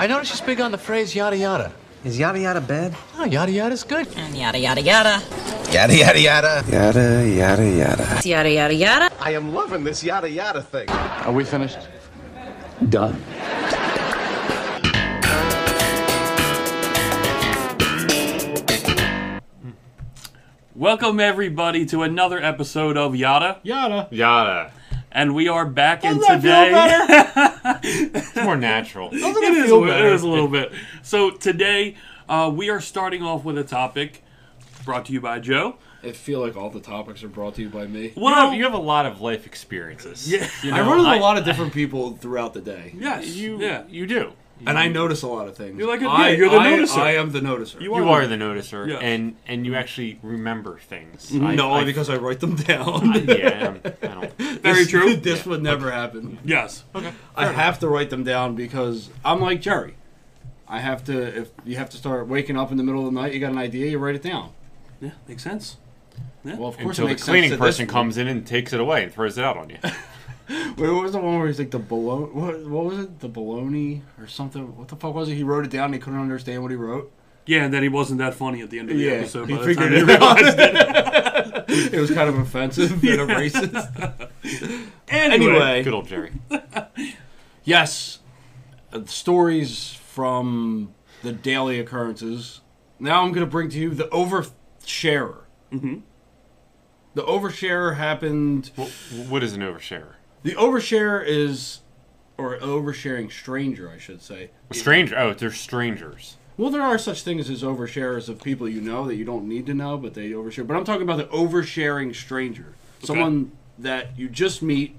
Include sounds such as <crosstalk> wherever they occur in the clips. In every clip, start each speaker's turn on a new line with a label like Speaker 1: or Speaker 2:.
Speaker 1: I noticed she's big on the phrase yada yada.
Speaker 2: Is yada yada bad?
Speaker 1: Oh, yada yada's good.
Speaker 3: And yada, yada, yada.
Speaker 4: Yada, yada, yada.
Speaker 2: Yada yada yada.
Speaker 3: Yada, yada, yada.
Speaker 4: I am loving this yada, yada thing.
Speaker 1: Are we finished?
Speaker 2: Done.
Speaker 5: Welcome everybody to another episode of Yada,
Speaker 6: Yada.
Speaker 7: Yada.
Speaker 5: and we are back in
Speaker 6: Doesn't that feel
Speaker 5: today. <laughs>
Speaker 7: It's more natural.
Speaker 6: Doesn't
Speaker 5: it,
Speaker 6: it
Speaker 5: is,
Speaker 6: feel
Speaker 5: it
Speaker 6: better?
Speaker 5: is a little bit. So today uh, we are starting off with a topic brought to you by Joe.
Speaker 6: I feel like all the topics are brought to you by me.
Speaker 7: You
Speaker 5: Well,
Speaker 7: have, you have a lot of life experiences.
Speaker 5: yeah,
Speaker 7: You
Speaker 6: I
Speaker 7: know,
Speaker 6: run into
Speaker 7: I-
Speaker 6: a lot of different people throughout the day,
Speaker 5: yes,
Speaker 7: You,
Speaker 5: yeah.
Speaker 7: you do.
Speaker 6: and I notice a lot of things.
Speaker 5: You're like a- yeah,
Speaker 6: I,
Speaker 5: you're the
Speaker 6: I-
Speaker 5: noticer.
Speaker 6: I am the noticer.
Speaker 5: You
Speaker 7: You
Speaker 5: are
Speaker 7: are the noticer,
Speaker 5: Yeah.
Speaker 7: and and you actually remember things.
Speaker 6: Mm-hmm. no,
Speaker 7: I,
Speaker 6: because I write them
Speaker 7: I,
Speaker 6: down.
Speaker 7: <laughs> yeah, I'm- I don't.
Speaker 5: Very
Speaker 6: <laughs> This-
Speaker 5: true.
Speaker 6: <laughs> This would never happen.
Speaker 5: Yes. Okay.
Speaker 6: I have to write them down because I'm like Jerry. I have to. If you have to start waking up in the middle of the night, you got an idea, you write it down.
Speaker 5: Yeah, makes sense.
Speaker 6: Well, of course, it
Speaker 7: Until the
Speaker 6: makes
Speaker 7: cleaning
Speaker 6: sense to
Speaker 7: person
Speaker 6: this-
Speaker 7: comes in and takes it away and throws it out on you.
Speaker 6: <laughs> Wait, what was the one where he's like the baloney? What, what was it? The baloney or something? What the fuck was it? He wrote it down. and He couldn't understand what he wrote.
Speaker 5: Yeah, and then he wasn't that funny at the end of the
Speaker 6: Yeah,
Speaker 5: episode.
Speaker 6: he
Speaker 5: by the
Speaker 6: figured
Speaker 5: time
Speaker 6: it
Speaker 5: they
Speaker 6: out.
Speaker 5: realized it.
Speaker 6: <laughs> It was kind of offensive and racist.
Speaker 5: Anyway.
Speaker 7: Good old
Speaker 6: <laughs>
Speaker 7: Jerry.
Speaker 6: yes, uh, stories from the daily occurrences. Now I'm going to bring to you the oversharer. Mm-hmm. The oversharer happened.
Speaker 7: Wh- What is an oversharer?
Speaker 6: The oversharer is, or oversharing stranger, I should say.
Speaker 7: A stranger. Oh, they're strangers.
Speaker 6: Well, there are such things as oversharers of people you know that you don't need to know, but they overshare. But I'm talking about the oversharing stranger, someone that you just meet,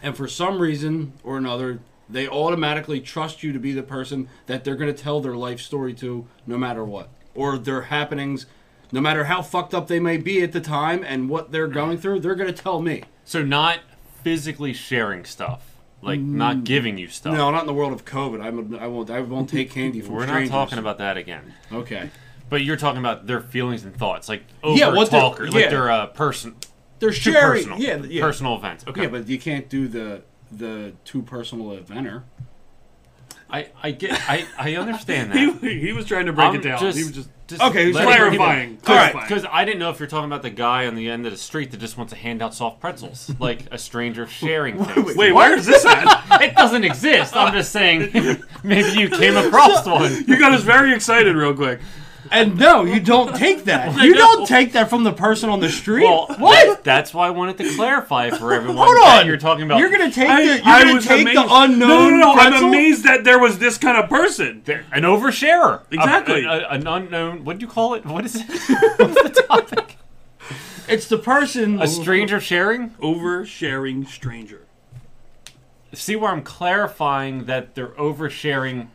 Speaker 6: and for some reason or another, they automatically trust you to be the person that they're going to tell their life story to, no matter what, or their happenings, no matter how fucked up they may be at the time and what they're going through. They're going to tell me.
Speaker 7: So not physically sharing stuff, like not giving you stuff.
Speaker 6: Mm. No, not in the world of COVID. I'm. A, I won't. I won't take candy from
Speaker 7: we're
Speaker 6: strangers.
Speaker 7: not talking about that again.
Speaker 6: Okay.
Speaker 7: But you're talking about their feelings and thoughts, like over
Speaker 6: Yeah, what they're-
Speaker 7: talker,
Speaker 6: yeah.
Speaker 7: like they're a person.
Speaker 6: They're
Speaker 7: Too
Speaker 6: sharing.
Speaker 7: personal.
Speaker 6: Yeah. Yeah.
Speaker 7: Personal events. Okay.
Speaker 6: Yeah, but you can't do the the too personal eventer.
Speaker 7: I, I get I, I
Speaker 5: <laughs>
Speaker 7: understand that.
Speaker 5: <laughs> he, he was trying to break it down. he was just
Speaker 6: Okay,
Speaker 7: let-
Speaker 5: clarifying,
Speaker 7: Cause,
Speaker 5: clarifying.
Speaker 7: Because I didn't know if you're talking about the guy on the end of the street that just wants to hand out soft
Speaker 5: <laughs>
Speaker 7: pretzels, like a stranger sharing things.
Speaker 5: wait. Where is this at? <laughs>
Speaker 7: it doesn't exist. I'm just saying, maybe you came across
Speaker 5: <laughs>
Speaker 7: one.
Speaker 5: you got us very excited real quick.
Speaker 6: And no, you don't take
Speaker 5: <laughs>
Speaker 6: that. You don't take that from the person on the street.
Speaker 7: Well,
Speaker 6: what?
Speaker 7: that- that's why I wanted to clarify for everyone.
Speaker 6: Hold
Speaker 7: that
Speaker 6: on.
Speaker 7: you're talking about.
Speaker 6: You're gonna take
Speaker 5: I,
Speaker 6: the
Speaker 5: I
Speaker 6: you're gonna
Speaker 5: was
Speaker 6: take
Speaker 5: amazed.
Speaker 6: the unknown.
Speaker 5: No, no, no.
Speaker 6: pretzel?
Speaker 5: I'm amazed that there was this kind of person.
Speaker 7: an oversharer. A-
Speaker 5: Exactly.
Speaker 7: a- a- an unknown. What do you call it? What is
Speaker 5: <laughs>
Speaker 7: it? What's the topic?
Speaker 6: It's the person.
Speaker 7: A stranger sharing.
Speaker 5: Oversharing stranger.
Speaker 7: see where I'm clarifying that they're oversharing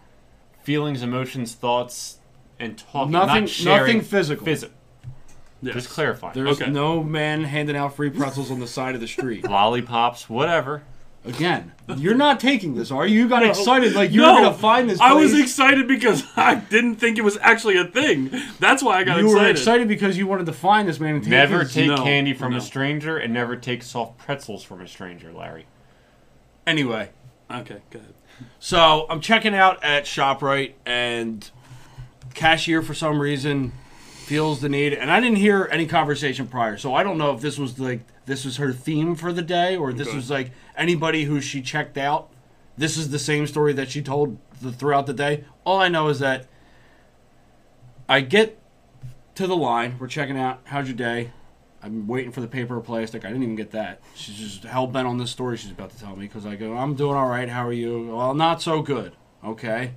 Speaker 7: feelings, emotions, thoughts, and talking.
Speaker 6: Nothing-
Speaker 7: not sharing
Speaker 6: nothing physical.
Speaker 7: Physi-
Speaker 5: Yes.
Speaker 7: Just clarifying.
Speaker 6: There's
Speaker 5: Okay.
Speaker 6: no man handing out free pretzels on the side of the street.
Speaker 7: Lollipops, whatever.
Speaker 6: Again, you're not taking this, are you? You got excited like you
Speaker 5: no,
Speaker 6: were gonna find this.
Speaker 5: I was
Speaker 6: place.
Speaker 5: excited because <laughs> I didn't think it was actually a thing. That's why I got
Speaker 6: You
Speaker 5: excited.
Speaker 6: were excited because you wanted to find this man and take
Speaker 7: Never
Speaker 6: his-
Speaker 7: take
Speaker 5: no,
Speaker 7: candy from
Speaker 5: no.
Speaker 7: a stranger, and never take soft pretzels from a stranger, Larry.
Speaker 6: Anyway,
Speaker 5: Okay, go ahead.
Speaker 6: So I'm checking out at ShopRite, and cashier for some reason feels the need, and I didn't hear any conversation prior, so I don't know if this was like this was her theme for the day, or this
Speaker 5: Okay.
Speaker 6: was like anybody who she checked out. This is the same story that she told th throughout the day. All I know is that I get to the line. We're checking out. How's your day? I'm waiting for the paper or plastic. I didn't even get that. She's just hell bent on this story she's about to tell me because I go, I'm doing all right. How are you? Well, not so good. Okay.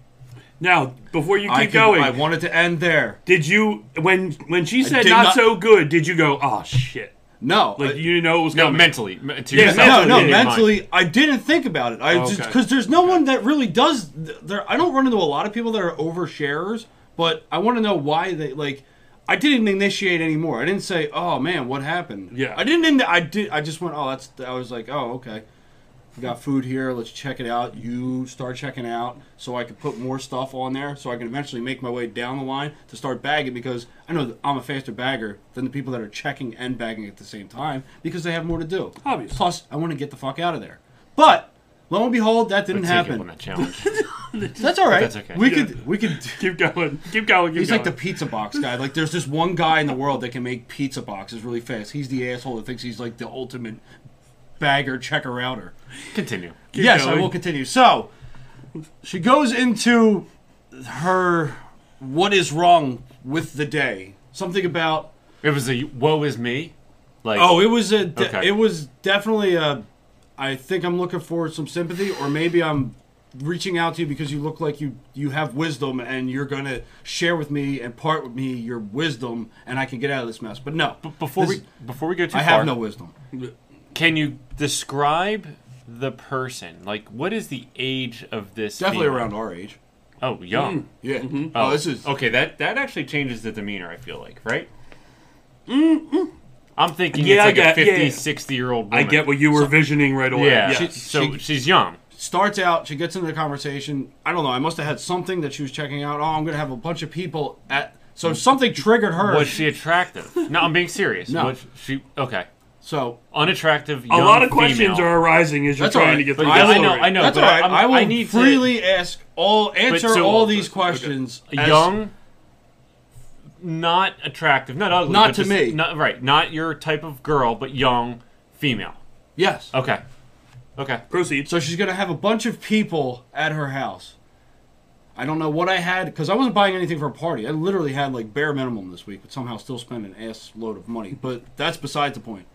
Speaker 5: Now, before you keep
Speaker 6: I, can-
Speaker 5: going,
Speaker 6: I wanted to end there.
Speaker 5: did you when when she said
Speaker 6: did
Speaker 5: not,
Speaker 6: not-
Speaker 5: so good? Did you go? Oh shit!
Speaker 6: No.
Speaker 5: Like
Speaker 6: I-
Speaker 5: you didn't know it was
Speaker 7: No,
Speaker 5: coming.
Speaker 7: mentally. me- To
Speaker 5: Yeah,
Speaker 7: yourself,
Speaker 6: no,
Speaker 5: mentally,
Speaker 6: no,
Speaker 7: in your mind.
Speaker 6: mentally, I didn't think about it. I just
Speaker 5: Okay.
Speaker 6: because there's no one that really does. th- There, I don't run into a lot of people that are oversharers, but I want to know why they like. I didn't initiate anymore. I didn't say, "Oh man, what happened?"
Speaker 5: Yeah.
Speaker 6: I didn't. In, I did. I just went, "Oh, that's." I was like, "Oh, okay." We got food here. Let's check it out. You start checking out, so I can put more stuff on there, so I can eventually make my way down the line to start bagging because I know that I'm a faster bagger than the people that are checking and bagging at the same time because they have more to do.
Speaker 5: Obviously.
Speaker 6: Plus, I want to get the fuck out of there. But lo and behold, that
Speaker 7: I'd
Speaker 6: didn't
Speaker 7: take it on
Speaker 6: happen.
Speaker 7: that challenge. <laughs>
Speaker 6: That's all right.
Speaker 7: That's okay.
Speaker 6: We
Speaker 5: Yeah.
Speaker 6: could we could.
Speaker 5: <laughs> Keep going. Keep going. Keep
Speaker 6: He's
Speaker 5: going.
Speaker 6: like the pizza box guy. Like, there's this one guy in the world that can make pizza boxes really fast. He's the asshole that thinks he's like the ultimate bagger checker outer.
Speaker 7: Continue.
Speaker 6: yes, I
Speaker 5: going.
Speaker 6: will continue. So, she goes into her what is wrong with the day. Something about
Speaker 7: It was a woe is me. Like
Speaker 6: Oh, it was a. De-
Speaker 7: Okay.
Speaker 6: It was definitely a. I think I'm looking for some sympathy, or maybe I'm reaching out to you because you look like you you have wisdom, and you're gonna share with me and part with me your wisdom, and I can get out of this mess. But no,
Speaker 7: before
Speaker 6: this-
Speaker 7: we before we go too
Speaker 6: I
Speaker 7: far.
Speaker 6: have no wisdom.
Speaker 7: Can you describe the person? Like, what is the age of this?
Speaker 6: Definitely
Speaker 7: female?
Speaker 6: around our age.
Speaker 7: Oh, young.
Speaker 6: Yeah.
Speaker 7: Mm-hmm.
Speaker 6: Oh, this is.
Speaker 7: okay. That that actually changes the demeanor. I feel like, right? I'm thinking
Speaker 5: Mm-hmm. Yeah,
Speaker 7: it's
Speaker 5: I
Speaker 7: like
Speaker 5: get-
Speaker 7: a 50,
Speaker 5: yeah, yeah.
Speaker 7: 60 year old.
Speaker 5: I get what you were visioning right away.
Speaker 7: Yeah.
Speaker 5: Yes.
Speaker 7: so
Speaker 6: she-
Speaker 7: she's young.
Speaker 6: starts out, she gets into the conversation. I don't know. I must have had something that she was checking out. Oh, I'm gonna have a bunch of people at. So something triggered her.
Speaker 7: Was she attractive? no, I'm being serious.
Speaker 6: No.
Speaker 7: Was she okay?
Speaker 6: so
Speaker 7: Unattractive.
Speaker 5: a
Speaker 7: young
Speaker 5: lot of
Speaker 7: female.
Speaker 5: questions are arising as you're
Speaker 6: That's all
Speaker 5: trying
Speaker 6: right.
Speaker 5: to get
Speaker 6: But
Speaker 5: through.
Speaker 7: yeah,
Speaker 5: this
Speaker 7: I know,
Speaker 5: story.
Speaker 7: I know.
Speaker 6: That's
Speaker 7: but
Speaker 6: all right.
Speaker 7: I'm-
Speaker 6: I will
Speaker 7: I need to-
Speaker 6: freely ask all answer
Speaker 7: so-
Speaker 6: all these questions. as-
Speaker 7: young, not attractive, not ugly.
Speaker 6: Not
Speaker 7: but
Speaker 6: to
Speaker 7: just-
Speaker 6: me.
Speaker 7: Not, right, not your type of girl, but young, female.
Speaker 6: Yes.
Speaker 7: Okay, okay.
Speaker 5: Proceed.
Speaker 6: So she's gonna have a bunch of people at her house. I don't know what I had because I wasn't buying anything for a party. I literally had like bare minimum this week, but somehow still spent an ass load of money. But that's beside the point.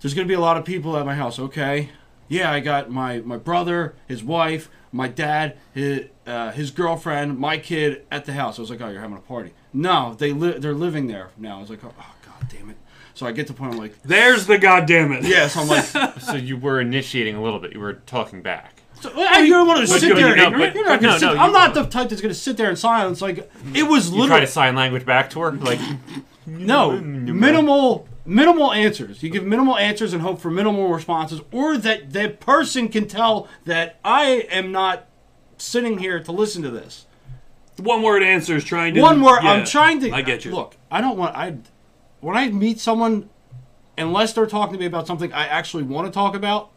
Speaker 6: There's gonna be a lot of people at my house. Okay. Yeah, I got my my brother, his wife, my dad, his uh, his girlfriend, my kid at the house. I was like, oh, you're having a party. No, they li- they're living there now. I was like, oh, oh god damn it. So I get to the point. I'm like,
Speaker 5: There's the goddamn it.
Speaker 6: yes. I'm like,
Speaker 7: So you were initiating a little bit. You were talking back.
Speaker 6: So, I, you don't want to sit
Speaker 7: you-
Speaker 6: there.
Speaker 7: no, but-
Speaker 6: ignorant. You're not
Speaker 7: but
Speaker 6: gonna
Speaker 7: no,
Speaker 6: sit-
Speaker 7: no,
Speaker 6: I'm
Speaker 7: you-
Speaker 6: not the type that's going to sit there in silence. Like it was
Speaker 7: You try
Speaker 6: literally
Speaker 7: to sign language back to her, like
Speaker 6: no minimal minimal answers. You give minimal answers and hope for minimal responses, or that that person can tell that I am not sitting here to listen to this.
Speaker 5: One word answers trying to.
Speaker 6: One word.
Speaker 5: yeah,
Speaker 6: I'm trying to.
Speaker 5: I get you.
Speaker 6: Look, I don't want. I when I meet someone, unless they're talking to me about something I actually want to talk about,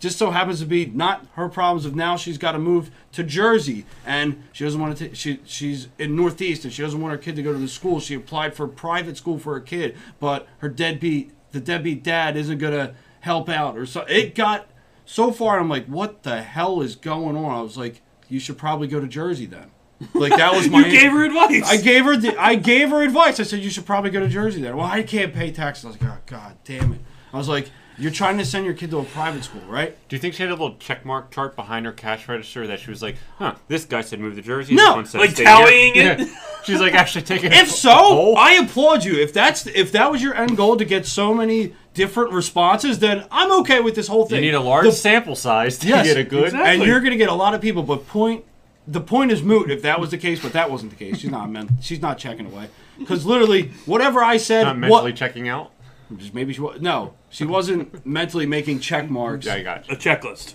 Speaker 6: just so happens to be not her problems of now. She's got to move to Jersey, and she doesn't want to. T- she she's in Northeast, and she doesn't want her kid to go to the school. She applied for private school for her kid, but her deadbeat the deadbeat dad isn't gonna help out or so. It got so far, I'm like, what the hell is going on? I was like, you should probably go to Jersey then. Like that
Speaker 5: <laughs>
Speaker 6: was my.
Speaker 5: You gave her advice.
Speaker 6: I gave her the, I gave her advice. I said you should probably go to Jersey there. Well, I can't pay taxes. I was like, oh, god damn it. I was like, you're trying to send your kid to a private school, right?
Speaker 7: Do you think she had a little check mark chart behind her cash register that she was like, huh, this guy said move to Jersey.
Speaker 6: No,
Speaker 7: this one said
Speaker 5: like
Speaker 7: stay here.
Speaker 5: tallying it?
Speaker 7: Yeah. She's like actually taking
Speaker 6: <laughs> If so, I applaud you. If that's if that was your end goal to get so many different responses, then I'm okay with this whole
Speaker 7: you
Speaker 6: thing.
Speaker 7: need a large
Speaker 6: The-
Speaker 7: sample size to
Speaker 6: Yes,
Speaker 7: get a good.
Speaker 5: exactly.
Speaker 6: and you're going to get a lot of people. But point, the point is moot if that was the case. But that wasn't the case. She's not meant. She's not checking away because literally whatever I said,
Speaker 7: Not mentally
Speaker 6: what
Speaker 7: checking out.
Speaker 6: just maybe she was no, she wasn't mentally making check marks.
Speaker 7: Yeah, I got you.
Speaker 5: a checklist.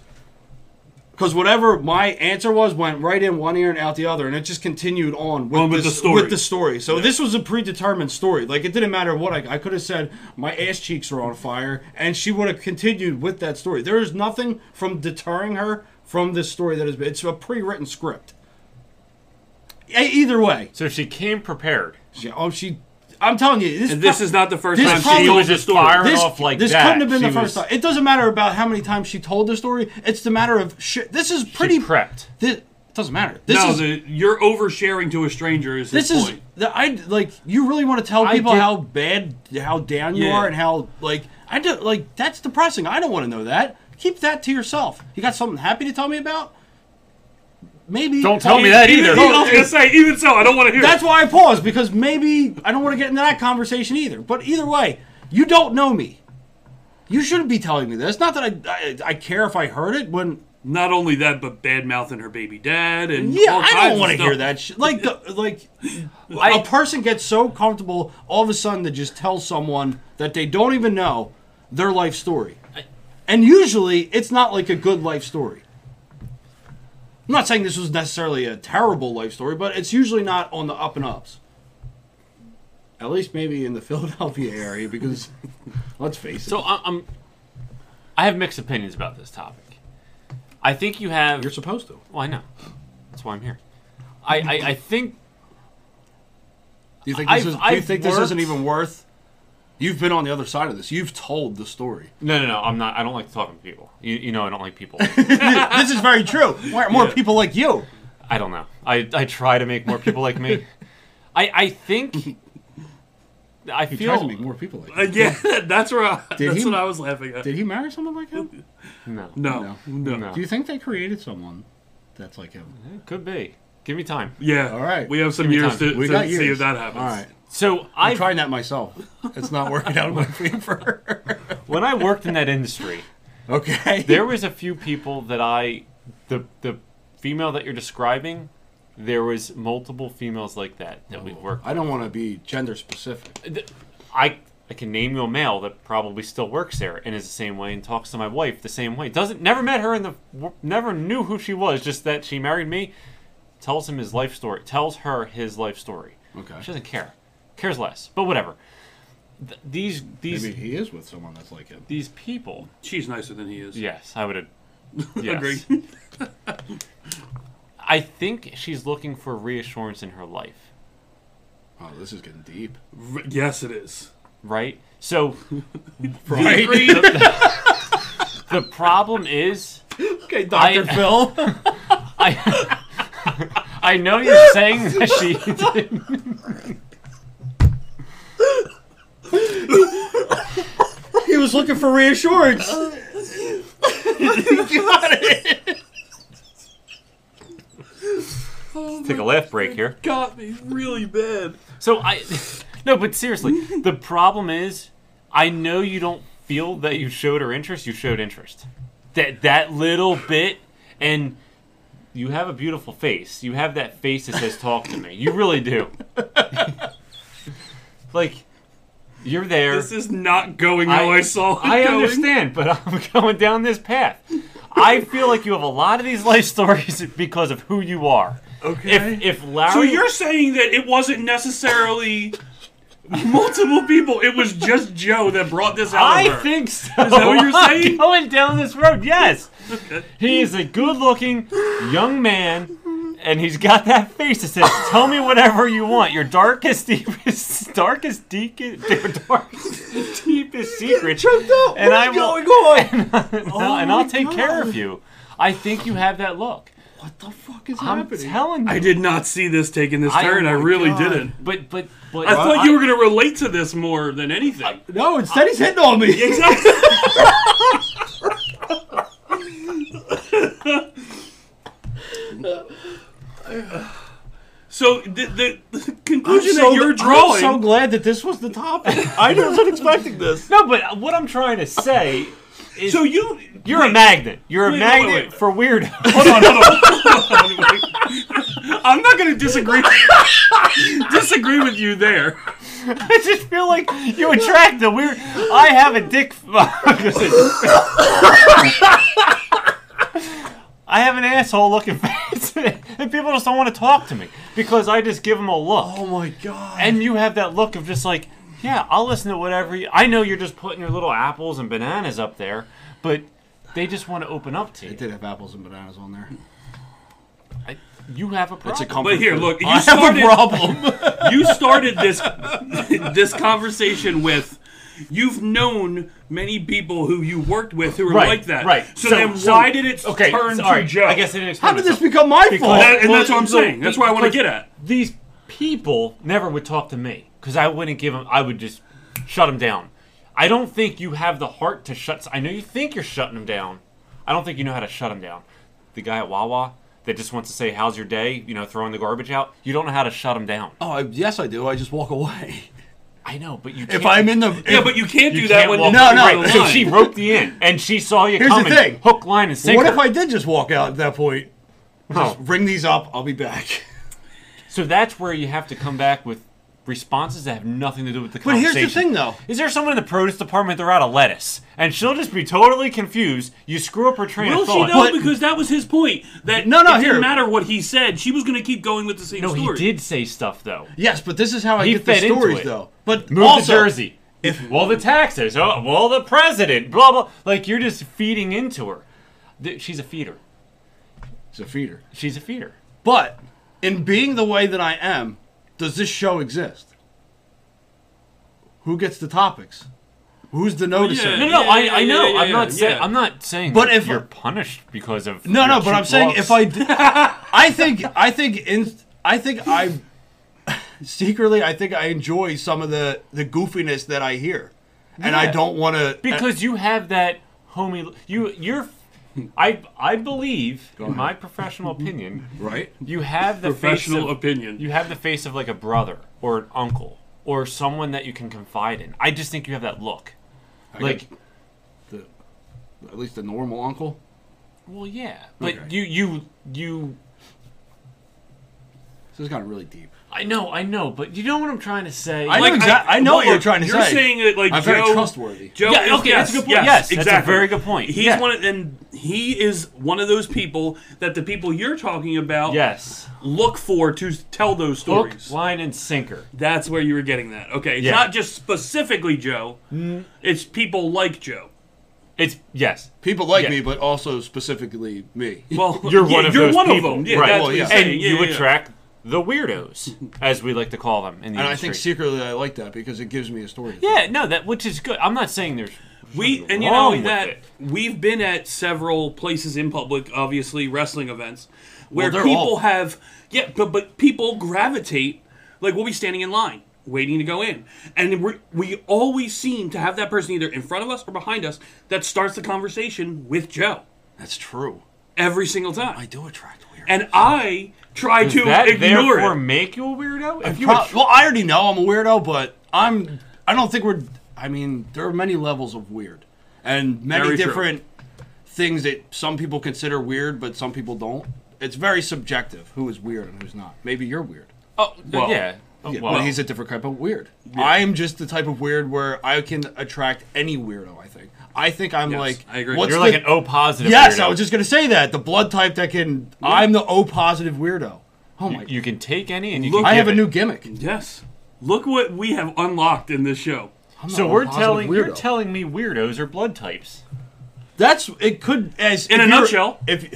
Speaker 6: Because whatever my answer was went right in one ear and out the other, and it just continued on with,
Speaker 5: On with
Speaker 6: this-
Speaker 5: the story.
Speaker 6: With the story, so this was a predetermined story. Like it didn't matter what I, I could have said. My ass cheeks are on fire, and she would have continued with that story. There is nothing from deterring her from this story that has been. It's a pre-written script. E- Either way,
Speaker 7: So she came prepared.
Speaker 6: she, oh she, I'm telling you, this,
Speaker 5: And this is not the first
Speaker 6: This
Speaker 5: time
Speaker 6: probably-
Speaker 5: she
Speaker 6: She
Speaker 5: told
Speaker 6: was
Speaker 5: the
Speaker 7: just
Speaker 5: story.
Speaker 7: fired
Speaker 6: this,
Speaker 7: off like
Speaker 6: this
Speaker 7: that.
Speaker 6: couldn't have been
Speaker 7: She
Speaker 6: the first
Speaker 7: was-
Speaker 6: time. It doesn't matter about how many times she told the story. It's the matter of shit. This is pretty
Speaker 7: prepped.
Speaker 6: This it doesn't matter. This
Speaker 5: no,
Speaker 6: is
Speaker 5: the, you're oversharing to a stranger. Is his
Speaker 6: this is
Speaker 5: point.
Speaker 6: the, I like you really want to tell
Speaker 7: I
Speaker 6: people
Speaker 7: did-
Speaker 6: how bad how down you
Speaker 5: Yeah.
Speaker 6: are and how like I do like that's depressing. I don't want to know that. Keep that to yourself. You got something happy to tell me about? Maybe
Speaker 7: Don't tell me that either.
Speaker 5: Even, <laughs> I was gonna say, even so, I don't want to hear.
Speaker 6: That's
Speaker 5: That's
Speaker 6: why I paused because maybe I don't want to get into that conversation either. But either way, you don't know me. You shouldn't be telling me this. Not that I I, I care if I heard it when
Speaker 5: not only that, but bad mouthing her baby dad and
Speaker 6: Yeah,
Speaker 5: all
Speaker 6: I
Speaker 5: kinds
Speaker 6: don't
Speaker 5: of
Speaker 6: want to
Speaker 5: stuff.
Speaker 6: hear that shit. Like, the, like
Speaker 7: <laughs> I-
Speaker 6: a person gets so comfortable all of a sudden to just tell someone that they don't even know their life story, and usually it's not like a good life story. I'm not saying this was necessarily a terrible life story, but it's usually not on the up and ups. At least maybe in the <laughs> Philadelphia area, because <laughs> let's face it.
Speaker 7: uh, um, So I- I'm, I have mixed opinions about this topic. I think you have.
Speaker 6: You're supposed to.
Speaker 7: well, I know. That's why I'm here. I, I, I think
Speaker 6: Do you think
Speaker 7: I've-
Speaker 6: this, is, do you
Speaker 7: I've
Speaker 6: think this
Speaker 7: worked-
Speaker 6: isn't even worth? You've been on the other side of this. You've told the story.
Speaker 7: No, no, no. I'm not. I don't like talking to people. You, you know, I don't like people.
Speaker 6: <laughs> this is very true. Why aren't more
Speaker 7: Yeah.
Speaker 6: people like you?
Speaker 7: I don't know. I, I try to make more people like me. I I think. I
Speaker 6: He
Speaker 7: feel
Speaker 6: tries to make more people like you.
Speaker 5: Again, Uh, <laughs> that's where I,
Speaker 6: Did
Speaker 5: that's
Speaker 6: he-
Speaker 5: what I was laughing at.
Speaker 6: Did he marry someone like him?
Speaker 7: no.
Speaker 5: no, no,
Speaker 7: No.
Speaker 6: Do you think they created someone that's like him?
Speaker 7: Could be. Give me time.
Speaker 5: Yeah.
Speaker 6: All right.
Speaker 5: We have some
Speaker 7: Give me
Speaker 5: years
Speaker 7: time.
Speaker 5: to,
Speaker 6: We
Speaker 5: to
Speaker 6: got
Speaker 5: see
Speaker 6: years.
Speaker 5: if that happens.
Speaker 6: All right.
Speaker 7: So
Speaker 6: I'm
Speaker 7: I
Speaker 6: trying that myself. It's not working out in my favor. <laughs>
Speaker 7: when I worked in that industry,
Speaker 6: Okay.
Speaker 7: there was a few people that I the the female that you're describing. There was multiple females like that that we've worked.
Speaker 6: I don't want to be gender specific.
Speaker 7: I I can name you a male that probably still works there and is the same way and talks to my wife the same way. Doesn't never met her in the never knew who she was. Just that she married me. Tells him his life story. Tells her his life story.
Speaker 6: Okay.
Speaker 7: She doesn't care. Cares less. But whatever. Th- these these
Speaker 6: Maybe he is with someone that's like him.
Speaker 7: these people.
Speaker 5: She's nicer than he is.
Speaker 7: Yes, I
Speaker 6: <laughs>
Speaker 7: would. Yes.
Speaker 5: Agree.
Speaker 7: <laughs> I think she's looking for reassurance in her life.
Speaker 6: Oh, this is getting deep.
Speaker 5: R- yes, it is.
Speaker 7: right? <laughs> So
Speaker 6: Right?
Speaker 7: the problem is,
Speaker 6: okay,
Speaker 7: I-
Speaker 6: Dr. Phil.
Speaker 7: I <laughs> I know you're saying that she.
Speaker 6: <laughs> he was looking for reassurance.
Speaker 7: <laughs> Take a laugh break here.
Speaker 5: Got me really bad.
Speaker 7: So I, no, but seriously, the problem is, I know you don't feel that you showed her interest. You showed interest. That that little bit, and you have a beautiful face. You have that face that says "talk to me." You really <laughs> do. like, you're there.
Speaker 5: This is not going how I, saw it
Speaker 7: I
Speaker 5: going.
Speaker 7: understand, <laughs> but I'm going down this path. I feel like you have a lot of these life stories <laughs> because of who you are.
Speaker 5: Okay.
Speaker 7: If if Larry,
Speaker 5: so you're saying that it wasn't necessarily multiple people. It was just Joe that brought this out of
Speaker 7: I
Speaker 5: her.
Speaker 7: think so. Is
Speaker 5: that what
Speaker 7: <laughs>
Speaker 5: you're saying?
Speaker 7: going down this road, yes. He is a good-looking young man, and he's got that face that says, "Tell me whatever you want. Your darkest, deepest, darkest, deacon, darkest, deepest
Speaker 5: <laughs>
Speaker 7: secret." And I will,
Speaker 6: on? <laughs>
Speaker 7: and I'll- and
Speaker 5: Oh
Speaker 7: I'll take care of you. I think you have that look.
Speaker 6: What the fuck is
Speaker 7: I'm
Speaker 6: happening?
Speaker 7: telling you.
Speaker 5: I did not see this taking this
Speaker 7: I-
Speaker 5: turn. I
Speaker 7: oh my
Speaker 5: really
Speaker 6: God.
Speaker 5: didn't.
Speaker 7: But but but
Speaker 5: I thought you were going to relate to this more than anything.
Speaker 6: no, instead he's hitting on me.
Speaker 5: Exactly. so the, the conclusion that you're drawing.
Speaker 6: I'm so glad that this was the topic.
Speaker 7: <laughs>
Speaker 6: I wasn't expecting this.
Speaker 7: No, but what I'm trying to say is
Speaker 5: so you
Speaker 7: you're a magnet. You're a
Speaker 5: Wait, wait,
Speaker 7: magnet
Speaker 5: wait.
Speaker 7: for weirdos.
Speaker 5: Hold on, hold on. Hold on, wait. <laughs> I'm not going to
Speaker 7: <laughs>
Speaker 5: disagree disagree with you there.
Speaker 7: <laughs> I just feel like you attract the weird. I have a dick. <laughs> I have an asshole looking <laughs> face, and people just don't want to talk to me because I just give them a look.
Speaker 6: <laughs> Oh my god.
Speaker 7: and you have that look of just like, yeah, I'll listen to whatever. You, I know you're just putting your little apples and bananas up there, but they just want to open up to
Speaker 6: They
Speaker 7: you.
Speaker 6: did have apples and bananas on there.
Speaker 7: I, you have a problem.
Speaker 6: It's a comfort.
Speaker 5: But here,
Speaker 6: food.
Speaker 5: look,
Speaker 6: <laughs>
Speaker 5: you
Speaker 6: I
Speaker 5: started-
Speaker 6: have a
Speaker 5: <laughs>
Speaker 6: problem.
Speaker 5: You started this this conversation with you've known many people who you worked with who were
Speaker 7: Right,
Speaker 5: like that.
Speaker 7: right.
Speaker 5: So, then why did it
Speaker 7: okay,
Speaker 5: turn
Speaker 7: sorry,
Speaker 5: to Joe?
Speaker 7: I guess I didn't explain
Speaker 6: How did this
Speaker 7: myself.
Speaker 6: become my fault?
Speaker 5: That- and that's what I'm
Speaker 7: Well,
Speaker 5: saying. That's what I want to
Speaker 7: because
Speaker 5: get at.
Speaker 7: These people never would talk to me because I wouldn't give them. I would just shut them down. I don't think you have the heart to shut. I know you think you're shutting them down. I don't think you know how to shut them down. The guy at Wawa that just wants to say, "How's your day?" You know, throwing the garbage out. You don't know how to shut him down.
Speaker 6: oh, I, yes, I do. I just walk away.
Speaker 7: I know, but you. Can't,
Speaker 6: <laughs> If I'm in the
Speaker 5: yeah, but you can't do
Speaker 7: you
Speaker 5: that
Speaker 7: can't
Speaker 5: when
Speaker 7: walk-
Speaker 6: No, no,
Speaker 5: the
Speaker 7: Right, so
Speaker 5: line.
Speaker 7: she roped you in, and she saw you
Speaker 6: Here's the
Speaker 7: coming.
Speaker 6: thing.
Speaker 7: Hook, line, and sinker.
Speaker 6: what if I did just walk out at that point?
Speaker 7: Oh.
Speaker 6: Ring these up. I'll be back.
Speaker 7: So that's where you have to come back with responses that have nothing to do with the
Speaker 6: But here's
Speaker 7: conversation.
Speaker 6: the thing, though.
Speaker 7: Is there someone in the produce department they're out of lettuce? And she'll just be totally confused. You screw up her train
Speaker 5: Well,
Speaker 7: of
Speaker 5: she
Speaker 7: thought.
Speaker 5: knows
Speaker 6: But-
Speaker 5: because that was his point. That
Speaker 6: No, no,
Speaker 5: it
Speaker 6: here.
Speaker 5: didn't matter what he said. She was going to keep going with the same
Speaker 7: no, he
Speaker 5: story.
Speaker 7: did say stuff, though.
Speaker 6: <laughs> Yes, but this is how I
Speaker 7: He
Speaker 6: get the
Speaker 7: fed into
Speaker 6: stories,
Speaker 7: it.
Speaker 6: though. But
Speaker 7: Move
Speaker 6: also,
Speaker 7: to Jersey. well, the taxes. Oh, well, the president. Blah, blah. Like, you're just feeding into her. Th- She's a feeder.
Speaker 6: She's a feeder.
Speaker 7: She's a feeder.
Speaker 6: But in being the way that I am, does this show exist? Who gets the topics? Who's the noticer?
Speaker 5: yeah,
Speaker 7: No, no, I, I
Speaker 5: yeah,
Speaker 7: know.
Speaker 5: yeah,
Speaker 7: I'm not
Speaker 5: yeah,
Speaker 7: saying.
Speaker 5: yeah.
Speaker 7: I'm not saying.
Speaker 6: But
Speaker 7: that
Speaker 6: if-
Speaker 7: you're punished because of
Speaker 6: No,
Speaker 7: your
Speaker 6: no, but
Speaker 7: cheap
Speaker 6: I'm saying
Speaker 7: looks. <laughs>
Speaker 6: if I, d- I think I think in, I think I secretly I think I enjoy some of the the goofiness that I hear, and I
Speaker 7: Yeah.
Speaker 6: don't uh, want to
Speaker 7: because you have that homie. You you're. I I believe, in my professional opinion,
Speaker 6: right.
Speaker 7: you have the
Speaker 5: Professional
Speaker 7: face of,
Speaker 5: opinion.
Speaker 7: You have the face of like a brother or an uncle or someone that you can confide in. I just think you have that look. like,
Speaker 6: At least the normal uncle.
Speaker 7: well, yeah, but
Speaker 6: Okay.
Speaker 7: you you you.
Speaker 6: This has gotten really deep.
Speaker 7: I know, I know, but you know what I'm trying to say.
Speaker 6: I know exac- I know what you're trying to
Speaker 5: you're
Speaker 6: say.
Speaker 5: You're saying that like
Speaker 6: I'm
Speaker 5: Joe,
Speaker 6: very trustworthy.
Speaker 5: Joe
Speaker 7: Yeah,
Speaker 5: is-
Speaker 7: okay,
Speaker 5: yes,
Speaker 7: that's a good point. Yes,
Speaker 5: Yes,
Speaker 7: that's a
Speaker 5: exactly.
Speaker 7: very good point.
Speaker 5: He's
Speaker 7: Yeah.
Speaker 5: one, of, and he is one of those people that the people you're talking about
Speaker 7: yes,
Speaker 5: look for to s- tell those
Speaker 7: hook,
Speaker 5: stories.
Speaker 7: line, and sinker.
Speaker 5: That's where you were getting that. Okay, it's
Speaker 7: Yeah. Mm.
Speaker 5: not just specifically Joe. It's people like Joe.
Speaker 7: It's yes.
Speaker 6: People like
Speaker 7: Yeah.
Speaker 6: me, but also specifically me.
Speaker 5: Well,
Speaker 7: <laughs> You're
Speaker 5: yeah,
Speaker 7: one of
Speaker 5: you're
Speaker 7: those
Speaker 5: one
Speaker 7: people.
Speaker 5: of them. Yeah,
Speaker 7: right.
Speaker 5: that's
Speaker 6: Well,
Speaker 5: what you're
Speaker 6: yeah.
Speaker 5: saying.
Speaker 7: and
Speaker 5: Yeah,
Speaker 7: you
Speaker 5: yeah, yeah.
Speaker 7: attract the weirdos, as we like to call them in the
Speaker 6: and I
Speaker 7: industry.
Speaker 6: think secretly I like that because it gives me a story. to
Speaker 7: yeah, no, that which is good. I'm not saying there's
Speaker 5: We and you
Speaker 7: wrong
Speaker 5: know
Speaker 7: with
Speaker 5: that
Speaker 7: it.
Speaker 5: we've been at several places in public, obviously wrestling events, where
Speaker 6: they're
Speaker 5: people
Speaker 6: all-
Speaker 5: have yeah, but but people gravitate. Like we'll be standing in line, waiting to go in, and we we always seem to have that person either in front of us or behind us that starts the conversation with Joe
Speaker 6: That's true.
Speaker 5: every single time.
Speaker 6: I do attract weird.
Speaker 5: and I try
Speaker 7: does
Speaker 5: to
Speaker 7: that
Speaker 5: ignore
Speaker 7: therefore
Speaker 5: it.
Speaker 7: make you a weirdo. If you
Speaker 6: Pro-
Speaker 7: attr-
Speaker 6: well, I already know I'm a weirdo, but I'm. I don't think we're. I mean, there are many levels of weird, and many
Speaker 5: Very true.
Speaker 6: different things that some people consider weird, but some people don't. It's very subjective who is weird and who's not. Maybe you're weird.
Speaker 7: oh,
Speaker 5: well,
Speaker 7: yeah, Oh,
Speaker 6: Yeah,
Speaker 7: well,
Speaker 6: but he's a different type of weird. I'm just the type of weird where I can attract any weirdo. I think. I think I'm
Speaker 5: Yes,
Speaker 6: like.
Speaker 5: I agree.
Speaker 6: What's
Speaker 7: you're
Speaker 6: the-
Speaker 7: like an O positive.
Speaker 6: Yes,
Speaker 7: weirdo.
Speaker 6: I was just gonna say that the blood type that can. I'm the O positive weirdo. Oh my!
Speaker 7: You can take any and you
Speaker 5: Look-
Speaker 7: can.
Speaker 6: I
Speaker 7: give
Speaker 6: have a
Speaker 7: it.
Speaker 6: new gimmick.
Speaker 5: Yes, look what we have unlocked in this show.
Speaker 7: So we're
Speaker 6: positive
Speaker 7: telling you're
Speaker 6: weirdo.
Speaker 7: telling me weirdos are blood types.
Speaker 6: That's it. Could as
Speaker 5: In
Speaker 6: if
Speaker 5: a
Speaker 6: you're-
Speaker 5: nutshell.
Speaker 6: If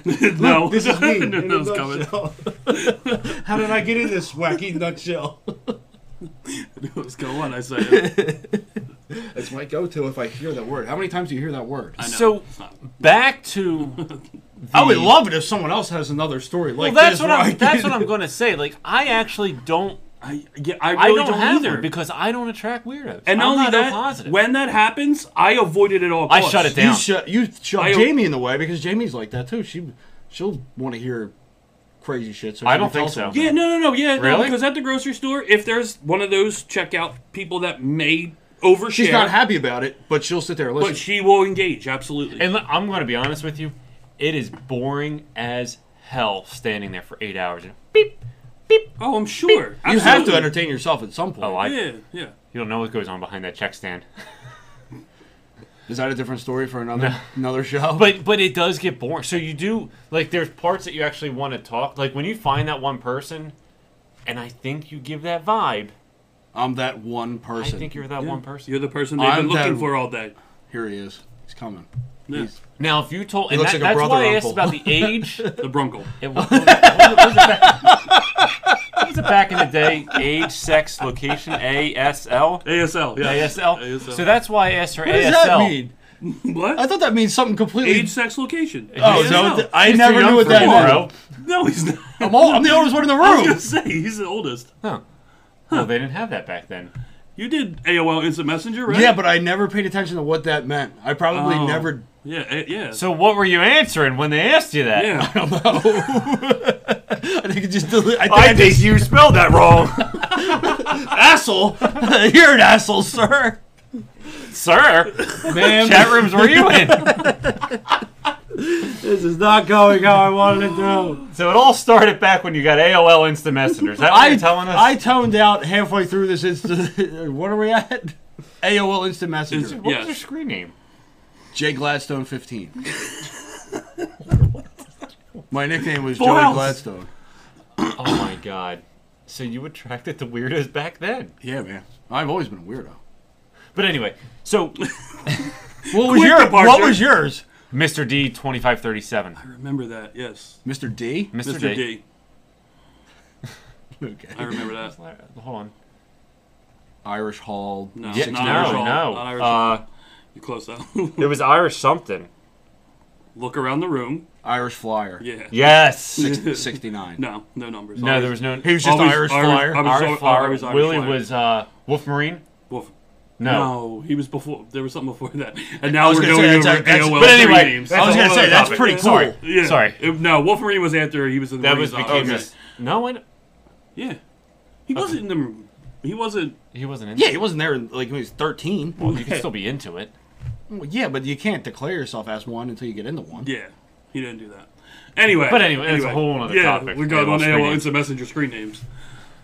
Speaker 7: <laughs>
Speaker 5: no, <laughs>
Speaker 6: this is me.
Speaker 5: no, no, it's coming.
Speaker 6: <laughs> how did I get in this wacky nutshell?
Speaker 5: What's going on? I say it.
Speaker 6: That's my go-to if I hear that word. How many times do you hear that word? I,
Speaker 7: So back to
Speaker 6: would love it if someone else has another story
Speaker 7: well,
Speaker 6: like
Speaker 7: that's
Speaker 6: this.
Speaker 7: what
Speaker 6: where I
Speaker 7: I'm.
Speaker 6: can-
Speaker 7: That's what I'm going to say. Like I actually don't.
Speaker 5: I, yeah, I
Speaker 7: I
Speaker 5: really
Speaker 7: don't,
Speaker 5: don't,
Speaker 7: have
Speaker 5: either.
Speaker 7: one because I don't attract weirdos.
Speaker 5: And not
Speaker 7: I'm
Speaker 5: only
Speaker 7: not
Speaker 5: that,
Speaker 7: O positive.
Speaker 5: when that happens, I avoid it at all
Speaker 7: I
Speaker 5: costs.
Speaker 7: shut it
Speaker 6: You
Speaker 7: down.
Speaker 6: shut you shut
Speaker 5: I-
Speaker 6: Jamie in the way because Jamie's like that too. She she'll want to hear crazy shit. So
Speaker 7: I
Speaker 6: she
Speaker 7: don't
Speaker 6: can tell
Speaker 7: think so.
Speaker 6: someone.
Speaker 5: Yeah, no, no, no, yeah, no,
Speaker 7: Really?
Speaker 5: because at the grocery store, if there's one of those checkout people that may overshare,
Speaker 6: She's not happy about it, but she'll sit there and listen.
Speaker 5: but she will engage absolutely.
Speaker 7: And look, I'm going to be honest with you, it is boring as hell standing there for eight hours. And beep.
Speaker 5: oh, I'm sure.
Speaker 6: you have to
Speaker 5: Absolutely.
Speaker 6: entertain yourself at some point.
Speaker 7: Oh, I,
Speaker 5: Yeah, yeah.
Speaker 7: you don't know what goes on behind that check stand. <laughs>
Speaker 6: Is that a different story for another another show?
Speaker 7: But but it does get boring. So you do like there's parts that you actually want to talk. Like when you find that one person, and I think you give that vibe.
Speaker 6: I'm that one
Speaker 7: I
Speaker 6: person.
Speaker 7: think you're that one person.
Speaker 5: You're the person they've
Speaker 6: I'm
Speaker 5: been looking
Speaker 6: that-
Speaker 5: for all day.
Speaker 6: Here he is. He's coming.
Speaker 5: Yeah.
Speaker 6: He's-
Speaker 7: Now if you told, and
Speaker 6: looks
Speaker 7: that-
Speaker 6: like a
Speaker 7: that's
Speaker 6: brother
Speaker 7: why I asked
Speaker 6: uncle.
Speaker 7: about
Speaker 6: <laughs>
Speaker 7: the age. it,
Speaker 5: The Brunkle.
Speaker 7: was, was it back- was it back in the day? Age, sex, location, ASL.
Speaker 5: ASL, yeah.
Speaker 7: ASL.
Speaker 5: ASL.
Speaker 7: So that's why I asked her
Speaker 6: What
Speaker 7: ASL.
Speaker 6: does that mean? I
Speaker 5: <laughs> what?
Speaker 6: thought that means something completely.
Speaker 5: Age, sex, location.
Speaker 6: Oh,
Speaker 5: ASL.
Speaker 6: is that what the- I never knew what that meant.
Speaker 5: No, he's not.
Speaker 7: <laughs>
Speaker 6: I'm, all, I'm the oldest one in the
Speaker 5: I was gonna
Speaker 6: room.
Speaker 5: say he's the oldest.
Speaker 7: Well, they didn't have that back then.
Speaker 5: You did AOL Instant Messenger, right?
Speaker 6: Yeah, but I never paid attention to what that meant. I probably
Speaker 5: Oh.
Speaker 6: never. <laughs>
Speaker 5: yeah, eh, yeah.
Speaker 7: So what were you answering when they asked you that?
Speaker 5: yeah.
Speaker 6: I think it just. <laughs> deli- I think I
Speaker 7: I
Speaker 6: just
Speaker 7: think you spelled that wrong,
Speaker 6: asshole. You're an asshole, sir.
Speaker 7: sir.
Speaker 6: Ma'am,
Speaker 7: Chat rooms were you in?
Speaker 6: this is not going how I wanted
Speaker 7: <laughs>
Speaker 6: it to.
Speaker 7: So it all started back when you got AOL Instant Messenger. Is that what
Speaker 6: I,
Speaker 7: you're telling us?
Speaker 6: I toned out halfway through this instant. <laughs> what are we at? AOL Instant Messenger.
Speaker 5: Instant-
Speaker 7: what
Speaker 5: Yes.
Speaker 7: was your screen name?
Speaker 6: Jay Gladstone 15. My nickname was
Speaker 5: Full
Speaker 6: Joey
Speaker 5: house.
Speaker 6: Gladstone.
Speaker 7: Oh my god. So you attracted the weirdos back then.
Speaker 6: Yeah, man. I've always been a weirdo.
Speaker 5: <laughs>
Speaker 7: But anyway, so
Speaker 6: What was,
Speaker 5: your- what was
Speaker 6: yours?
Speaker 7: Mr. D twenty five thirty seven.
Speaker 5: Remember that? Yes,
Speaker 6: Mr. D?
Speaker 7: Mr.
Speaker 5: Mr.
Speaker 7: D.
Speaker 5: D.
Speaker 6: <laughs> Okay.
Speaker 5: I remember that.
Speaker 7: Hold on.
Speaker 6: Irish Hall.
Speaker 5: No,
Speaker 7: Yeah,
Speaker 5: not Irish
Speaker 7: no,
Speaker 5: Hall,
Speaker 7: no.
Speaker 5: not Irish
Speaker 7: Uh,
Speaker 5: You close though.
Speaker 7: it was Irish something.
Speaker 5: <laughs> Look around the room.
Speaker 6: Irish Flyer.
Speaker 5: Yeah.
Speaker 7: Yes.
Speaker 6: <laughs> Six- 69.
Speaker 5: No, no numbers.
Speaker 7: No, there was no.
Speaker 6: He was just
Speaker 5: Always
Speaker 6: Irish,
Speaker 5: Irish-
Speaker 6: Flyer.
Speaker 5: I was
Speaker 7: Irish
Speaker 5: al-
Speaker 7: Flower.
Speaker 5: I was Irish
Speaker 7: Willie
Speaker 5: Flower.
Speaker 7: was uh, Wolf Marine.
Speaker 5: Wolf.
Speaker 7: No.
Speaker 5: No. he was before. There was something before that,
Speaker 7: <laughs>
Speaker 5: and now
Speaker 6: was
Speaker 5: we're
Speaker 6: gonna
Speaker 5: going
Speaker 6: say,
Speaker 5: over
Speaker 6: that's- that's-
Speaker 5: AOL
Speaker 7: But anyway,
Speaker 5: names. Oh,
Speaker 7: that's
Speaker 6: I was
Speaker 7: a
Speaker 6: gonna
Speaker 7: whole
Speaker 6: say,
Speaker 7: other
Speaker 6: that's
Speaker 7: topic.
Speaker 6: pretty cool.
Speaker 7: Sorry.
Speaker 5: Yeah.
Speaker 7: Sorry.
Speaker 5: It- no, Wolf Marine was after he was in the
Speaker 7: That
Speaker 5: Marines
Speaker 7: was
Speaker 5: officer.
Speaker 7: became
Speaker 5: Okay.
Speaker 7: his. No, I,
Speaker 5: Yeah, he wasn't in the. He wasn't.
Speaker 7: he wasn't in.
Speaker 6: Yeah, he wasn't there in- like when he was 13.
Speaker 7: Well, you can still be into it.
Speaker 6: Well, yeah, but you can't declare yourself as one until you get into one.
Speaker 5: Yeah, he didn't do that. Anyway,
Speaker 7: But anyway, that's a whole other
Speaker 5: yeah,
Speaker 7: topic.
Speaker 5: We're going
Speaker 7: AOL
Speaker 5: on
Speaker 7: screen
Speaker 5: AOL
Speaker 7: names.
Speaker 5: Instant Messenger screen names.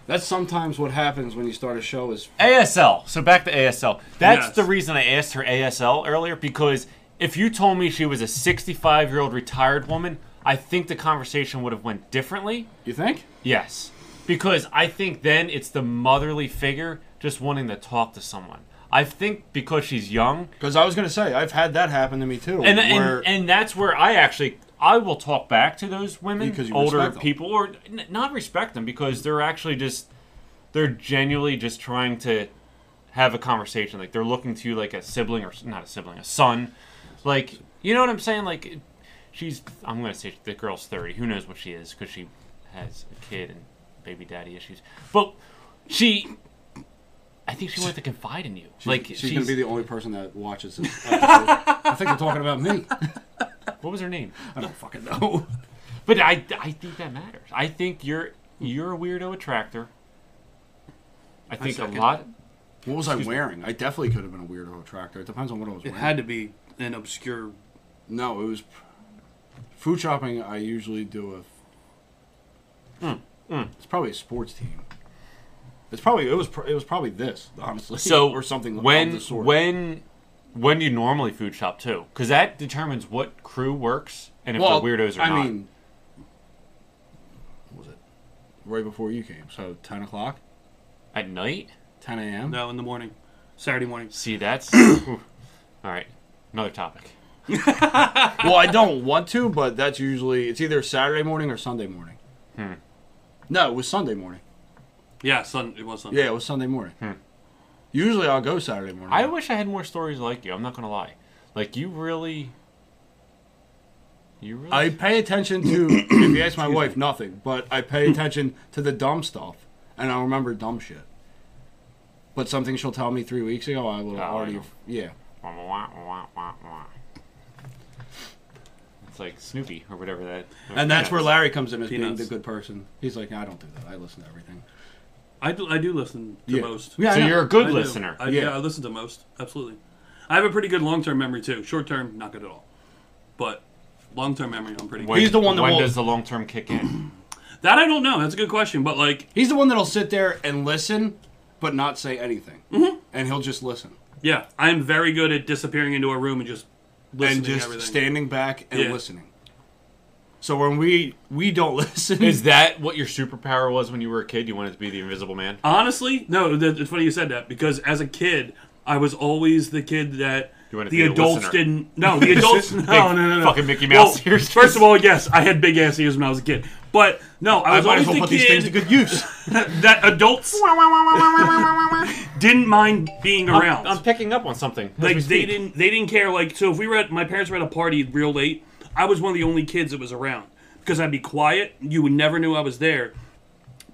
Speaker 6: That's sometimes what happens when you start a show is
Speaker 7: ASL. So back to ASL. That's
Speaker 5: Yes.
Speaker 7: the reason I asked her ASL earlier because if you told me she was a 65 year old retired woman, I think the conversation would have went differently.
Speaker 6: you think?
Speaker 7: Yes, because I think then it's the motherly figure just wanting to talk to someone. I think because she's young,
Speaker 6: Because I was gonna say I've had that happen to me too.
Speaker 7: and
Speaker 6: where-
Speaker 7: and, and that's where I actually I will talk back to those women,
Speaker 6: Because you
Speaker 7: older
Speaker 6: respect them.
Speaker 7: people, or n- not respect them because they're actually just they're genuinely just trying to have a conversation. Like they're looking to you like a sibling or s- not a sibling, a son. Like you know what I'm saying? Like it- she's I'm gonna say the girl's thirty. Who knows what she is because she has a kid and baby daddy issues. But she. I think she wanted to confide in you. like
Speaker 6: she's, gonna be the only person that watches this. episode. I think they're talking about me.
Speaker 7: what was her name?
Speaker 6: I don't fucking know.
Speaker 7: But I, I think that matters. I think you're you're a weirdo attractor. I think a
Speaker 5: second.
Speaker 7: lot.
Speaker 6: What was I wearing? I definitely could have been a weirdo attractor. It depends on what I was
Speaker 5: It
Speaker 6: wearing.
Speaker 5: had to be an obscure.
Speaker 6: no, it was food shopping. I usually do a.
Speaker 7: Hmm,
Speaker 6: It's probably a sports team. It's probably it was pr- it was probably this honestly
Speaker 7: So
Speaker 6: <laughs> or something
Speaker 7: When
Speaker 6: of the sort.
Speaker 7: when when do you normally food shop too? Because that determines what crew works and if
Speaker 6: well
Speaker 7: they're weirdos or
Speaker 6: I
Speaker 7: not.
Speaker 6: mean, what was it right before you came? So ten o'clock,
Speaker 7: At night.
Speaker 6: ten a.m.
Speaker 5: No, in the morning, Saturday morning.
Speaker 7: See, that's
Speaker 6: <coughs>
Speaker 7: all right. Another topic.
Speaker 6: well, I don't want to, but that's usually it's either Saturday morning or Sunday morning.
Speaker 7: Hmm.
Speaker 6: No, it was Sunday morning.
Speaker 5: Yeah, sun. It was Sunday.
Speaker 6: Yeah, it was Sunday morning.
Speaker 7: Hmm.
Speaker 6: Usually I'll go Saturday morning.
Speaker 7: I wish I had more stories like you. I'm not gonna lie. Like you really. You really.
Speaker 6: I pay attention <clears throat> to if you ask my wife nothing, but I pay attention to the dumb stuff and I remember dumb shit. But something she'll tell me three weeks ago, I
Speaker 5: Oh,
Speaker 6: will
Speaker 7: I
Speaker 6: already
Speaker 7: know.
Speaker 6: yeah.
Speaker 7: Wah, wah, wah, wah, wah. It's like Snoopy or whatever that.
Speaker 6: And that's where
Speaker 7: Peanuts.
Speaker 6: Larry comes in as being
Speaker 5: Peanuts.
Speaker 6: the good person. He's like, I don't do that. I listen to everything.
Speaker 5: I do. I do listen to
Speaker 6: Yeah.
Speaker 5: most.
Speaker 6: Yeah, I
Speaker 7: So
Speaker 6: know.
Speaker 7: you're a
Speaker 5: I
Speaker 7: good
Speaker 5: do.
Speaker 7: listener.
Speaker 5: I,
Speaker 6: Yeah.
Speaker 5: yeah. I listen to most. Absolutely. I have a pretty good long-term memory too. Short-term, not good at all. But long-term memory, I'm pretty. good.
Speaker 7: When-
Speaker 6: He's the one that
Speaker 7: When
Speaker 6: will-
Speaker 7: does the long term kick <clears throat> in?
Speaker 5: That I don't know. That's a good question. But like,
Speaker 6: He's the one that'll sit there and listen, but not say anything. And he'll just listen.
Speaker 5: yeah, I'm very good at disappearing into a room and just listening
Speaker 6: and
Speaker 5: to
Speaker 6: just
Speaker 5: everything.
Speaker 6: standing back and
Speaker 5: Yeah.
Speaker 6: listening. So when we we don't <laughs> listen,
Speaker 7: Is that what your superpower was when you were a kid? You wanted to be the Invisible <laughs> Man.
Speaker 5: Honestly, no. th- It's funny you said that because as a kid, I was always the kid that
Speaker 7: You wanted to
Speaker 5: the
Speaker 7: be a
Speaker 5: adults
Speaker 7: listener.
Speaker 5: didn't.
Speaker 7: <laughs>
Speaker 5: No, the adults. no, no, no, no.
Speaker 7: fucking Mickey Mouse ears.
Speaker 5: First of all, yes, I had big ass ears when I was a kid, but no, I
Speaker 6: I
Speaker 5: was
Speaker 6: might as
Speaker 5: always
Speaker 6: well
Speaker 5: the
Speaker 6: put these things to
Speaker 5: kid
Speaker 6: good use.
Speaker 5: that adults didn't mind being
Speaker 7: <laughs>
Speaker 5: around.
Speaker 7: I'm picking up on something. as
Speaker 5: like
Speaker 7: we
Speaker 5: they
Speaker 7: speak.
Speaker 5: didn't they didn't care like so if we were at my parents were at a party real late i was one of the only kids that was around because i'd be quiet you would never knew i was there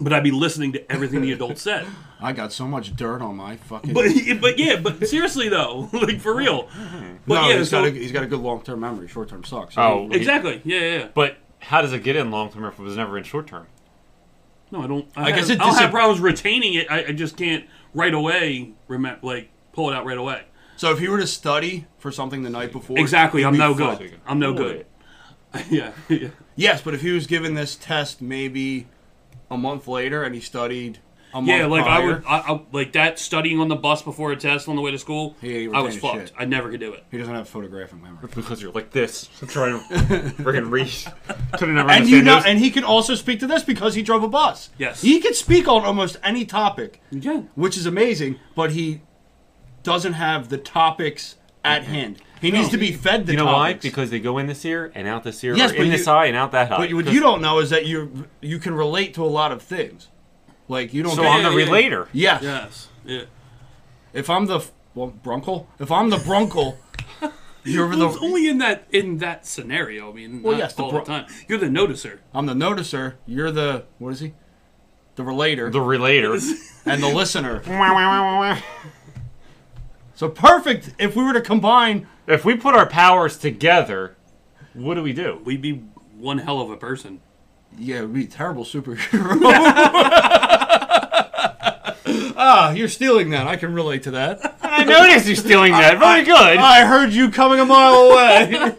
Speaker 5: but i'd be listening to everything the adults said
Speaker 6: I got so much dirt on my fucking.
Speaker 5: but but yeah but seriously though <laughs> like for real but
Speaker 6: no,
Speaker 5: yeah
Speaker 6: he's
Speaker 5: so,
Speaker 6: got a, he's got a good long term memory. Short term sucks.
Speaker 7: Oh.
Speaker 6: He-
Speaker 5: exactly yeah yeah, yeah.
Speaker 7: But how does it get in long term if it was never in short term?
Speaker 5: no i don't i,
Speaker 6: guess
Speaker 5: have,
Speaker 6: it
Speaker 5: I don't
Speaker 6: disap-
Speaker 5: have problems retaining it I, I just can't right away remember like pull it out right away
Speaker 6: so if he were to study for something the night before,
Speaker 5: exactly
Speaker 6: he'd
Speaker 5: i'm
Speaker 6: be
Speaker 5: no
Speaker 6: fucked.
Speaker 5: good i'm no good <laughs> yeah yeah
Speaker 6: Yes, but if he was given this test maybe a month later and he studied a month
Speaker 5: Yeah, like I
Speaker 6: prior,
Speaker 5: would, I, I, like that studying on the bus before a test on the way to school.
Speaker 6: Yeah, you were
Speaker 5: I was
Speaker 6: thinking
Speaker 5: fucked.
Speaker 6: shit.
Speaker 5: I never could do it.
Speaker 6: he doesn't have photographic memory.
Speaker 7: Because you're like this, <laughs> trying to freaking reach. Couldn't ever
Speaker 6: And you
Speaker 7: understand
Speaker 6: know,
Speaker 7: this.
Speaker 6: and he could also speak to this because he drove a bus.
Speaker 5: Yes.
Speaker 6: he could speak on almost any topic.
Speaker 5: Yeah,
Speaker 6: which is amazing, but he doesn't have the topics at
Speaker 5: Mm-hmm.
Speaker 6: hand. He needs to be fed the
Speaker 7: You know why?
Speaker 6: topics.
Speaker 7: Because they go in this ear and out this ear,
Speaker 6: Yes,
Speaker 7: or
Speaker 6: but
Speaker 7: in
Speaker 6: you-
Speaker 7: this eye and out that eye.
Speaker 6: But what
Speaker 7: 'Cause-
Speaker 6: you don't know is that you you can relate to a lot of things. Like you don't.
Speaker 7: So
Speaker 6: get-
Speaker 7: I'm the <laughs>
Speaker 5: Yeah, yeah, yeah.
Speaker 7: relator.
Speaker 6: Yes.
Speaker 5: Yes. Yeah.
Speaker 6: If I'm the f- well Brunkle, if I'm the Brunkle, you're
Speaker 5: Well, it's
Speaker 6: the.
Speaker 5: only in that in that scenario. I mean,
Speaker 6: Well,
Speaker 5: not
Speaker 6: yes, the
Speaker 5: all
Speaker 6: pro-
Speaker 5: the time. You're the noticer.
Speaker 6: I'm the noticer. You're the what is he? The relator
Speaker 7: The relator.
Speaker 6: and the listener. So perfect. If we were to combine,
Speaker 7: if we put our powers together, what do we do?
Speaker 5: We'd be one hell of a person.
Speaker 6: yeah, it'd be a terrible superhero. <laughs> ah, you're stealing that. I can relate to that.
Speaker 7: I noticed you stealing <laughs> that. Very good.
Speaker 6: I heard you coming a mile away.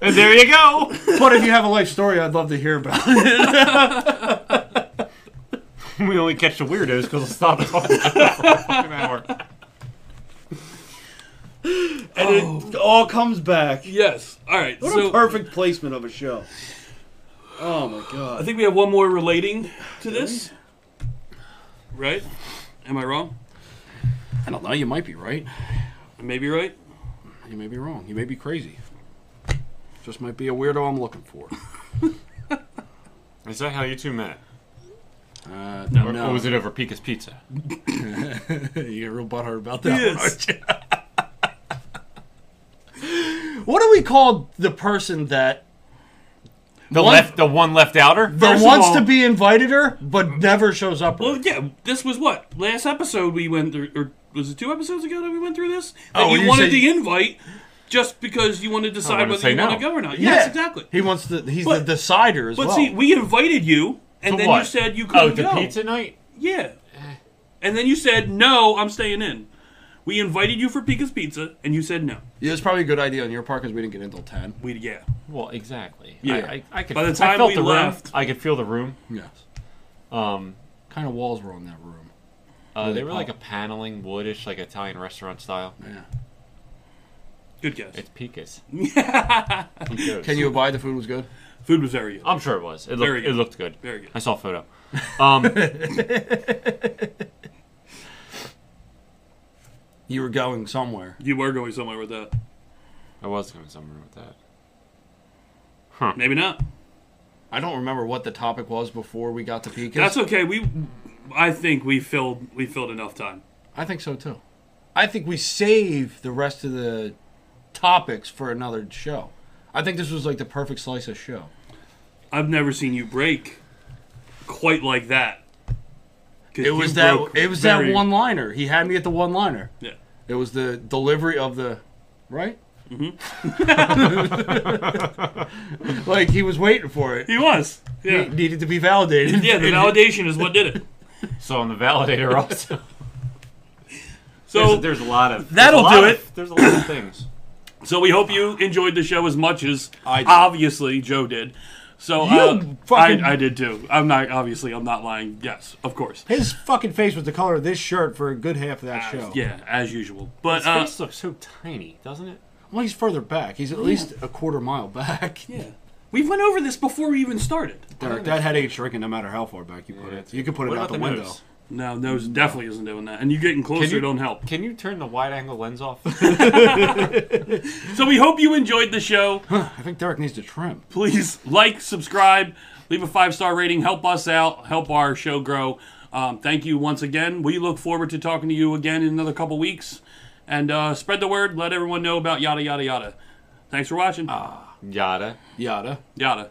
Speaker 7: And there you go.
Speaker 6: but if you have a life story, I'd love to hear about. it.
Speaker 7: <laughs> We only catch the weirdos because we'll stop
Speaker 5: <laughs>
Speaker 7: talking for an hour.
Speaker 6: It all comes back.
Speaker 5: Yes. All right.
Speaker 6: What
Speaker 5: so
Speaker 6: a perfect placement of a show. Oh my god.
Speaker 5: I think we have one more relating to this. Right? Am I wrong?
Speaker 6: I don't know. You might be right.
Speaker 5: I may
Speaker 7: <laughs>
Speaker 5: be right.
Speaker 6: You may be wrong. You may be crazy. Just might be a weirdo I'm looking for.
Speaker 7: Is that how you two met?
Speaker 6: Uh,
Speaker 7: Or,
Speaker 6: no.
Speaker 7: or
Speaker 5: Oh.
Speaker 7: was it over Pika's Pizza?
Speaker 6: <laughs> you get real butthurt about that. one. What do we call the person that
Speaker 7: The
Speaker 6: One-
Speaker 7: left, the one left outer.
Speaker 6: that
Speaker 7: First of
Speaker 6: wants
Speaker 7: all-
Speaker 6: to be invited her but never shows up?
Speaker 5: Well,
Speaker 6: Well,
Speaker 5: yeah. This was what last episode we went through, or was it two episodes ago that we went through this? That
Speaker 6: Oh,
Speaker 5: you,
Speaker 6: you
Speaker 5: wanted
Speaker 6: said-
Speaker 5: the invite just because you wanted to decide
Speaker 7: wanted to
Speaker 5: whether
Speaker 7: say
Speaker 5: you want
Speaker 7: no.
Speaker 5: to go or not.
Speaker 6: Yeah.
Speaker 5: Yes, exactly.
Speaker 6: he wants to. He's
Speaker 5: But-
Speaker 6: the decider as
Speaker 5: But
Speaker 6: well.
Speaker 5: see, we invited you, and
Speaker 7: To
Speaker 5: then you
Speaker 7: what?
Speaker 5: said you couldn't
Speaker 7: Oh, the
Speaker 5: go.
Speaker 7: pizza night.
Speaker 5: Yeah. And then you said no. I'm staying in. We invited you for Pika's Pizza, and you said no.
Speaker 6: yeah, it's probably a good idea on your part because we didn't get until ten.
Speaker 5: We yeah.
Speaker 7: Well, exactly.
Speaker 5: Yeah.
Speaker 7: I, I, I could,
Speaker 5: By the
Speaker 7: I
Speaker 5: time
Speaker 7: felt
Speaker 5: we
Speaker 7: the
Speaker 5: left-
Speaker 7: room, I could feel the room.
Speaker 6: Yes.
Speaker 7: Um,
Speaker 6: Kind of walls were on that room.
Speaker 7: uh, they were
Speaker 6: pop.
Speaker 7: like a paneling, woodish, like Italian restaurant style.
Speaker 6: Yeah.
Speaker 5: Good guess.
Speaker 7: It's
Speaker 5: <laughs>
Speaker 7: Pika's. Pika's.
Speaker 6: Can you abide the food was good?
Speaker 5: Food was very good.
Speaker 7: I'm sure it was. It
Speaker 5: Very
Speaker 7: looked.
Speaker 5: good.
Speaker 7: It looked good.
Speaker 5: Very good.
Speaker 7: I saw a photo.
Speaker 5: <laughs>
Speaker 7: Um,
Speaker 6: You were going somewhere.
Speaker 5: You were going somewhere with that.
Speaker 7: I was going somewhere with that.
Speaker 5: Maybe not.
Speaker 6: I don't remember what the topic was before we got to Pika's.
Speaker 5: That's okay. We, I think we filled we filled enough time.
Speaker 6: I think so too. I think we save the rest of the topics for another show. I think this was like the perfect slice of show.
Speaker 5: I've never seen you break quite like that. 'Cause
Speaker 6: It
Speaker 5: you
Speaker 6: was that
Speaker 5: broke
Speaker 6: it was
Speaker 5: very-
Speaker 6: that one liner. He had me at the one liner.
Speaker 5: Yeah.
Speaker 6: It was the delivery of the right? Mm-hmm. <laughs> like he was waiting for it.
Speaker 5: He was.
Speaker 6: It
Speaker 5: Yeah.
Speaker 6: needed to be validated.
Speaker 5: Yeah. The validation is what did it.
Speaker 7: So on the
Speaker 5: <laughs>
Speaker 7: validator also.
Speaker 5: So
Speaker 7: there's, there's a lot of. there's
Speaker 5: That'll
Speaker 7: a lot
Speaker 5: do
Speaker 7: of- There's a lot of things.
Speaker 5: So we hope you enjoyed the show as much as
Speaker 6: I did.
Speaker 5: obviously Joe did. So uh,
Speaker 6: You fucking-
Speaker 5: I, I did too. I'm not obviously I'm not lying. Yes, of course.
Speaker 8: His fucking face was the color of this shirt for a good half of
Speaker 6: Uh,
Speaker 8: that show.
Speaker 5: Yeah, as usual. But
Speaker 7: His
Speaker 5: uh,
Speaker 7: face looks so tiny, doesn't it?
Speaker 6: Well, he's further back. He's at least a quarter mile
Speaker 8: <laughs>
Speaker 6: back.
Speaker 5: yeah, we went over this before we even started.
Speaker 6: Derek, that head ain't shrinking no matter how far back you put it. You could put it
Speaker 7: What
Speaker 6: out
Speaker 7: about
Speaker 6: the,
Speaker 7: the
Speaker 6: window.
Speaker 7: nose?
Speaker 5: No, nose definitely isn't doing that. And you getting closer
Speaker 7: you-
Speaker 5: don't help.
Speaker 7: Can you turn the wide-angle lens off?
Speaker 5: So we hope you enjoyed the show. <laughs>
Speaker 6: I think Derek needs to trim.
Speaker 5: Please like, subscribe, leave a five star rating. Help us out. Help our show grow. Um, thank you once again. We look forward to talking to you again in another couple weeks. And uh, spread the word. Let everyone know about yada yada yada. Thanks for watching.
Speaker 7: Yada.
Speaker 6: Yada.
Speaker 5: Yada.